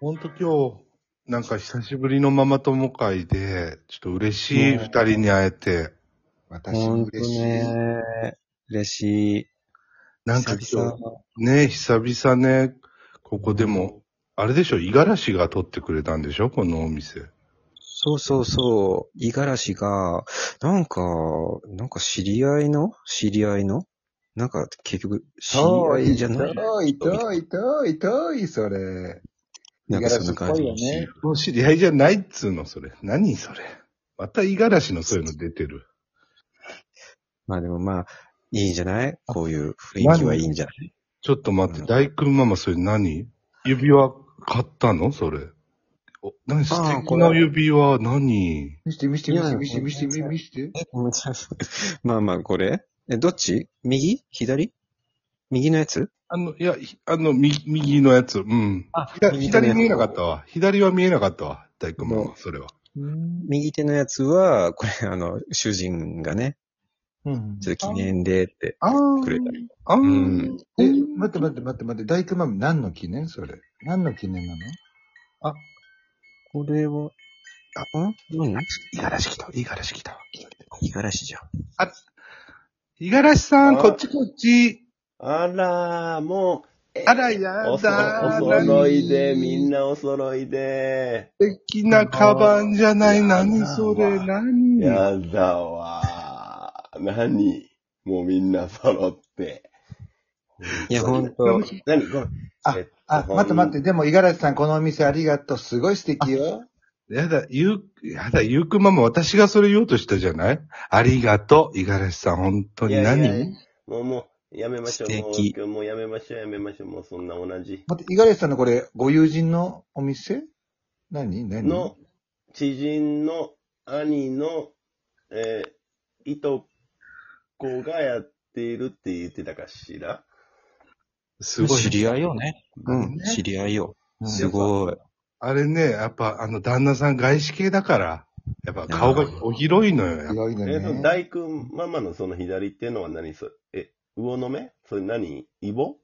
ほんと今日、なんか久しぶりのママ友会で、ちょっと嬉しいね二人に会えて、ほ私もんと嬉しい。ね。嬉しい。なんか久今々日、ね、久々ね、ここでも、あれでしょ、五十嵐が撮ってくれたんでしょこのお店。そうそうそう。五十嵐が、なんか、なんか知り合いの知り合いのなんか結局、知り合いじゃない。遠い、遠い、遠い、遠い、それ。なんかそんな感じ五十嵐っぽいよね。もう知り合いじゃないっつうの、それ。何それ。また五十嵐のそういうの出てる。まあでもまあ、いいんじゃないこういう雰囲気はいいん じゃないちょっと待って、うん大君ママ、それ何指輪買ったのそれ。お、何素あー敵こなれ指輪、何見して、見して、見して、見して、見して、見して、見して。まあまあ、これえ、どっち右左右のやつあの、いや、ひあの、右、右のやつ、うん。あひだ右手のや左つ見えなかったわ。左は見えなかったわ。大工マうマ、それは。右手のやつは、これ、あの、主人がね、うんちょっと記念でってあーくれたり。あーうんえ、待って待って待って待って、大工マム何の記念それ。何の記念なのこれは、あ、ん何五十嵐来た、五十嵐来た。五十嵐じゃん。五十嵐さん、あこっちこっち。あら、もう、えあら、やおそだおー。揃いで、何みんなお揃いで。素敵なカバンじゃない。あー何それ、まあ何やだわー。何もうみんな揃って。いや、ほんと。何ごめん。あえっとあ、待って待って、。でも、五十嵐さん、このお店ありがとう。すごい素敵よ。やだ、ゆう、やだ、ゆうくんママ、私がそれ言おうとしたじゃないありがとう、五十嵐さん、本当にいやい何やもう、もう、やめましょう。素敵もう今日、もうやめましょう、やめましょう。もうそんな同じ。待って、五十嵐さんのこれ、ご友人のお店何何の、知人の兄の、えー、いとこがやっているって言ってたかしらすごい。知り合いよね。うん、ね知り合いよ。うんすごい。あれね、やっぱ、あの、旦那さん外資系だから、やっぱ顔がお広いのよ。やっぱ違うよえー、そのね。大君ママのその左っていうのは何それえ、魚の目それ何イボ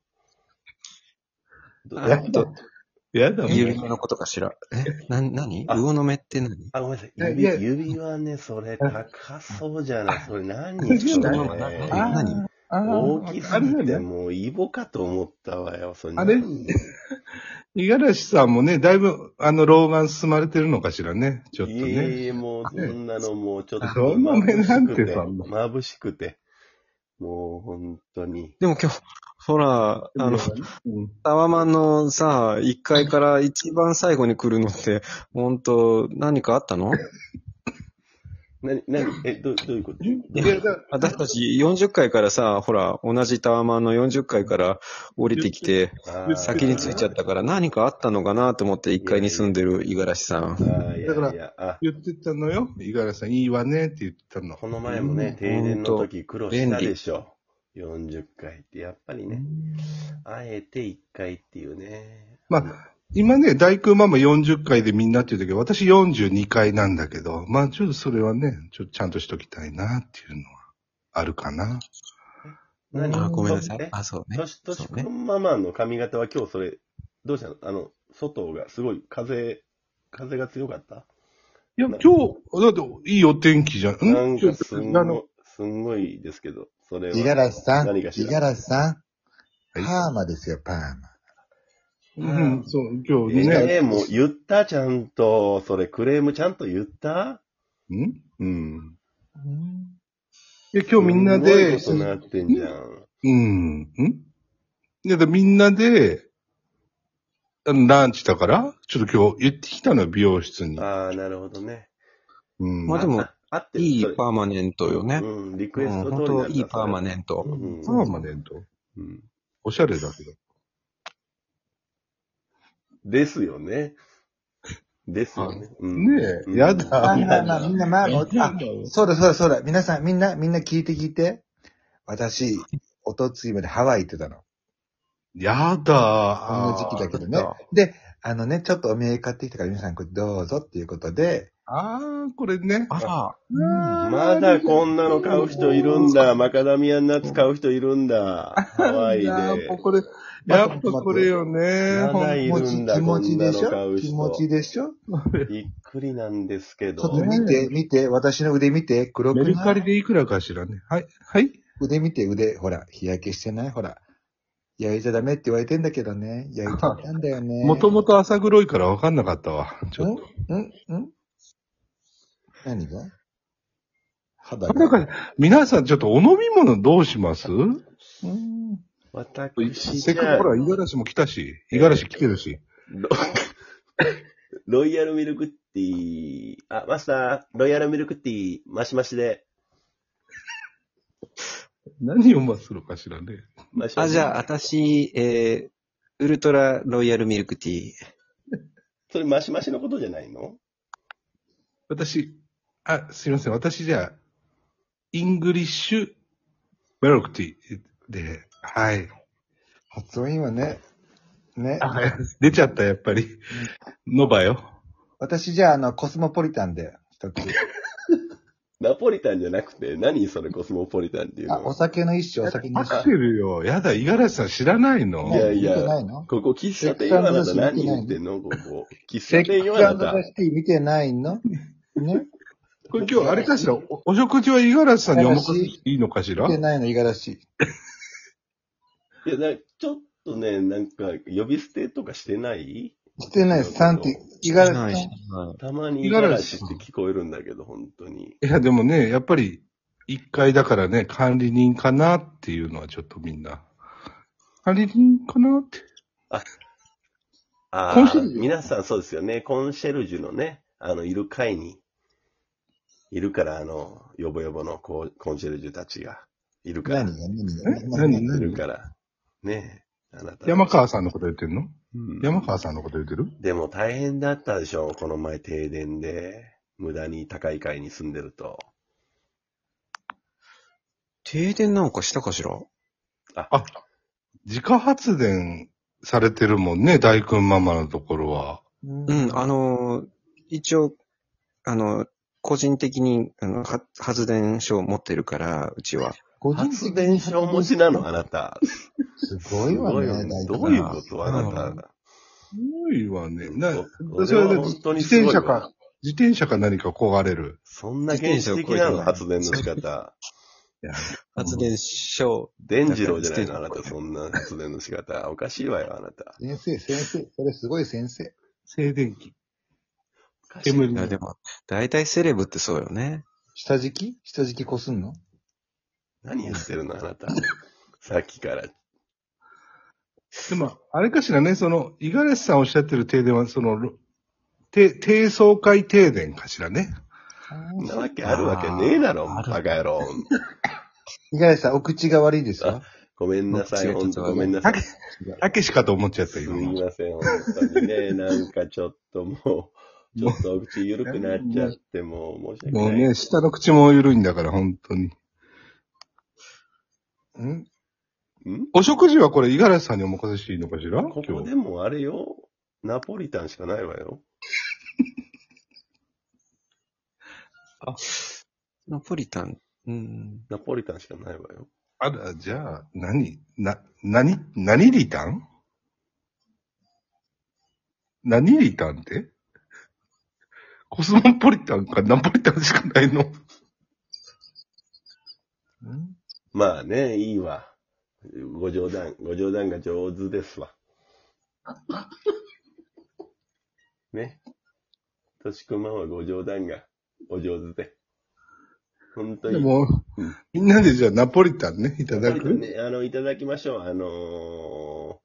どあやだ。やだもん、指輪のことかしら。え、な、なにあ魚の目って何あ、ごめんなさい。いや指指輪ね、それ高そうじゃない。それ何あそ魚の目れあ何あー大きすぎてもうイボかと思ったわよ。それあれ何五十嵐さんもね、だいぶ、あの、老眼進まれてるのかしらね。ちょっといえね。いえ、もうそんなのもうちょっとあそんな目なんてそんな眩しくて。もう本当に。でも今日、ほら、あの、うんタワマンのさ、1階から一番最後に来るのって、ほんと、何かあった のなに、なに、え、どうどういうこといやだ私たち40階からさ、ほら、同じタワマンの40階から降りてきて、あー先に着いちゃったから、何かあったのかなと思って1階に住んでる五十嵐さん。あーいやいやだからあ言ってたのよ。五十嵐さん、いいわねって言ってたの。この前もね、停電の時苦労したでしょ。40回って、やっぱりね、あえて1回っていうね。まあ、今ね、大工ママ40回でみんなって言うたけど、私42回なんだけど、まあ、ちょっとそれはね、ちょっとちゃんとしときたいなっていうのは、あるかな。何あ、ごめんなさいえ。あ、そうねと。し、としそうねくんママの髪型は今日それ、どうしたのあの、外がすごい風、風が強かったいや、今日、だって、いいお天気じゃん。んなんかすんあのご、すんごいですけど、それは。五十嵐さん、何五かし十ら嵐さはん、いパーマですよ、パーマ。うん、そう、今日ね。えー、もう言ったちゃんと、それクレームちゃんと言ったんうん。で、今日みんなで、すごいことなってんじゃん。うん、んで、でみんなで、あのランチだから、ちょっと今日言ってきたのよ、美容室に。ああ、なるほどね。うん。まあでもあ、あってるいいそれパーマネントよね。うん、リクうエん、スト本通りなんだ当いいパーマネント。うんパーマネントうんおしゃれだけど。ですよね。ですよね。うんねえ、や。あ、だ。まあまあ、みんな、まあ、もうあ、そうだそうだそうだ。皆さん、みんな、みんな聞いて聞いて。私、おとついまでハワイ行ってたの。やこの時だ。期だけどね。で、あのね、ちょっとお土産買ってきたから皆さんこれどうぞっていうことで、あー、これね。あら、まだこんなの買う人いるんだ。マカダミアナッツ買う人いるんだ。ハワイあーもうで。これ、やっぱこれよね。まだほんい気持るんち、だ、気こ持んちなでのし買ょう気持人。ちでしょびっくりなんですけちょどっ。と見て、見て、私の腕見て、黒メくルカリないでいくらかしらね。はい。はい。腕見て、腕、ほら、日焼けしてないほら。焼いちゃダメって言われてんだけどね。焼いちゃったんだよ ね。もともと朝黒いから分かんなかったわ。ちょっと。んんん何が肌なんか、皆さんちょっとお飲み物どうしますうん。私せっじかゃくほら、五十嵐も来たし、五十嵐来てるし。ロ ロイヤルミルクティー、あ、マスター、ロイヤルミルクティー、マシマシで。何をまするかしらね。マシマあ、シじゃあ、。私、えー、ウルトラロイヤルミルクティー。それマシマシのことじゃないの私、あ、すいません。私じゃあ、イングリッシュ、メロクティーで、はい。発音いいわね。ね。あ、出ちゃった、やっぱり。ノバよ。私じゃあ、あの、コスモポリタンで、一つ。ナポリタンじゃなくて、何それコスモポリタンっていうあ、おの酒の一種、お酒のア一クセ種。ルよ。やだ、五十嵐さん知らないのいやいや見てないのここ喫茶店よあなた何言ってんのここ。喫茶店よあなた。シティ見てないのね。これ今日、あれかしら、おお食事は五十嵐さんにお任せしていいのかしら見てないの、五十嵐。いや、なちょっとね、なんか、呼び捨てとかしてないしてないです。サンティ、五十ないし嵐さないたまに五イ十ガラ嵐シって聞こえるんだけど、本当に。いや、でもね、やっぱり、一回だからね、管理人かなっていうのはちょっとみんな。管理人かなって。あコンシェあルジ、ュ皆さんそうですよね。コンシェルジュのね、あの、いる会に、いるから、あの、ヨボヨボのココンシェルジュたちが、いるん。から、何いが何が何るから、ねえ、あなた。山川さんのこと言ってんのうん山川さんのこと言ってるでも大変だったでしょ、この前停電で、無駄に高い階に住んでると。停電なんかしたかしらあ、自家発電されてるもんね、大君ママのところは。ううん、あのー、一応、あの、個人的に、あの、は発電所を持ってるから、うちは。個人的発に電所持ちなの、あなた。すごいわね、す大ど工ういうこと、あなうた。すごいわね。な、こそれれはで本当に自すご転い車わか。、自転車か何か焦がれる。そんな原始的なの、自発電の仕方。発電所、電次郎じゃないの、あだなからた、そんな発電の仕方。おかしいわよ、あなた。先生、先生。それすごい先生。静電気。おかしい煙いや、でも、大体セレブってそうよね。下敷き下敷きこすんの何言ってるの、あなた。さっきから。でも、あれかしらね、その、五十嵐さんおっしゃってる停電は、その、ろて低層階停電かしらね。そんなわけあるわけねえだろ、あーバカ野郎。五十嵐さん、お口が悪いですよ。ごめんなさい、違う本当ごめんなさい。たけしかと思っちゃった、す今みの。ません、本当にね、なんかちょっともう、ちょっとお口緩くなっちゃって、もう 申しもう訳ない。ね、下の口も緩いんだから、本当に。んんお食事はこれ、五十嵐さんにお任せしていいのかしらこ今こ日でもあれよ、ナポリタンしかないわよ。ナポリタン、うん。ナポリタンしかないわよ。あら、じゃあ、何な、何何リターン何リターンってコスモポリタンかナポリタンしかないのんまあね、いいわ。ご冗談、ご冗談が上手です わ。ね。としくまはご冗談がお上手で。本当でに。もうん、みんなでじゃあナポリタンね、いただナポリタくンね、あの、いただきましょう。あの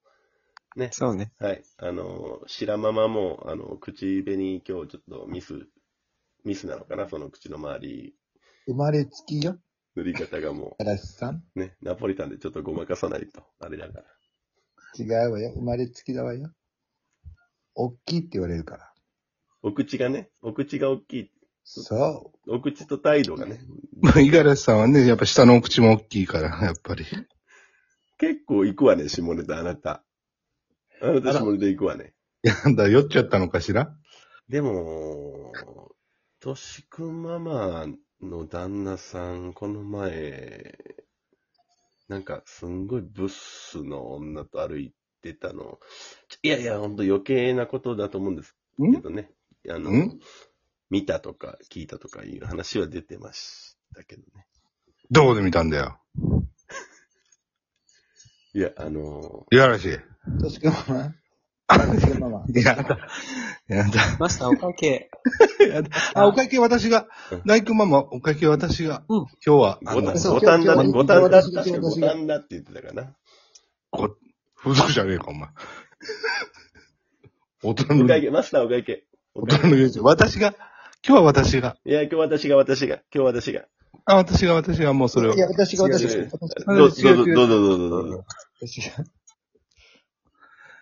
そうね。ーはい。あのー白ママも、あの、口紅今日ちょっとミス、ミスなのかなその口の周り、生まれつきよ、塗り方がもガラスさん。う、ね、ナポリタンでちょっとごまかさないと、あれだから。違うわよ。生まれつきだわよ。おっきいって言われるから。お口がね、お口が大きい。そお口と態度がね、まあ、五十嵐さんはね、やっぱ下のお口も大きいから、やっぱり。 結構行くわね、下ネタ、あなた。あなたあら下ネタ行くわね。やだ、酔っちゃったのかしらでも、としくママの旦那さん、この前、なんかすんごいブスの女と歩いってたの。いやいや、ほんと余計なことだと思うんですけんどね。あのん、見たとか聞いたとかいう話は出てましたけどね。どこで見たんだよ。いや、あのいやらしい。としくんママ。 あ、としくんママ。やだ。やだ。マスターお会 計。あ、お会計私がうん、大工ママ、お会計私が、うん今日は、ー、あ五の反、そう五反田今だ、日五反田、今日確か五反田って言ってたかな。ご風俗じゃねえか、お 前。大人おの、会計、マスターお会計。お大人会計の友人。私が、今日は私が、いや、今日私が、私が、今日私が。あ、私が、私が、もうそれをい。や、私が、私違う違がう。あど違うう違うどうぞどうぞどうぞどうぞ。私が。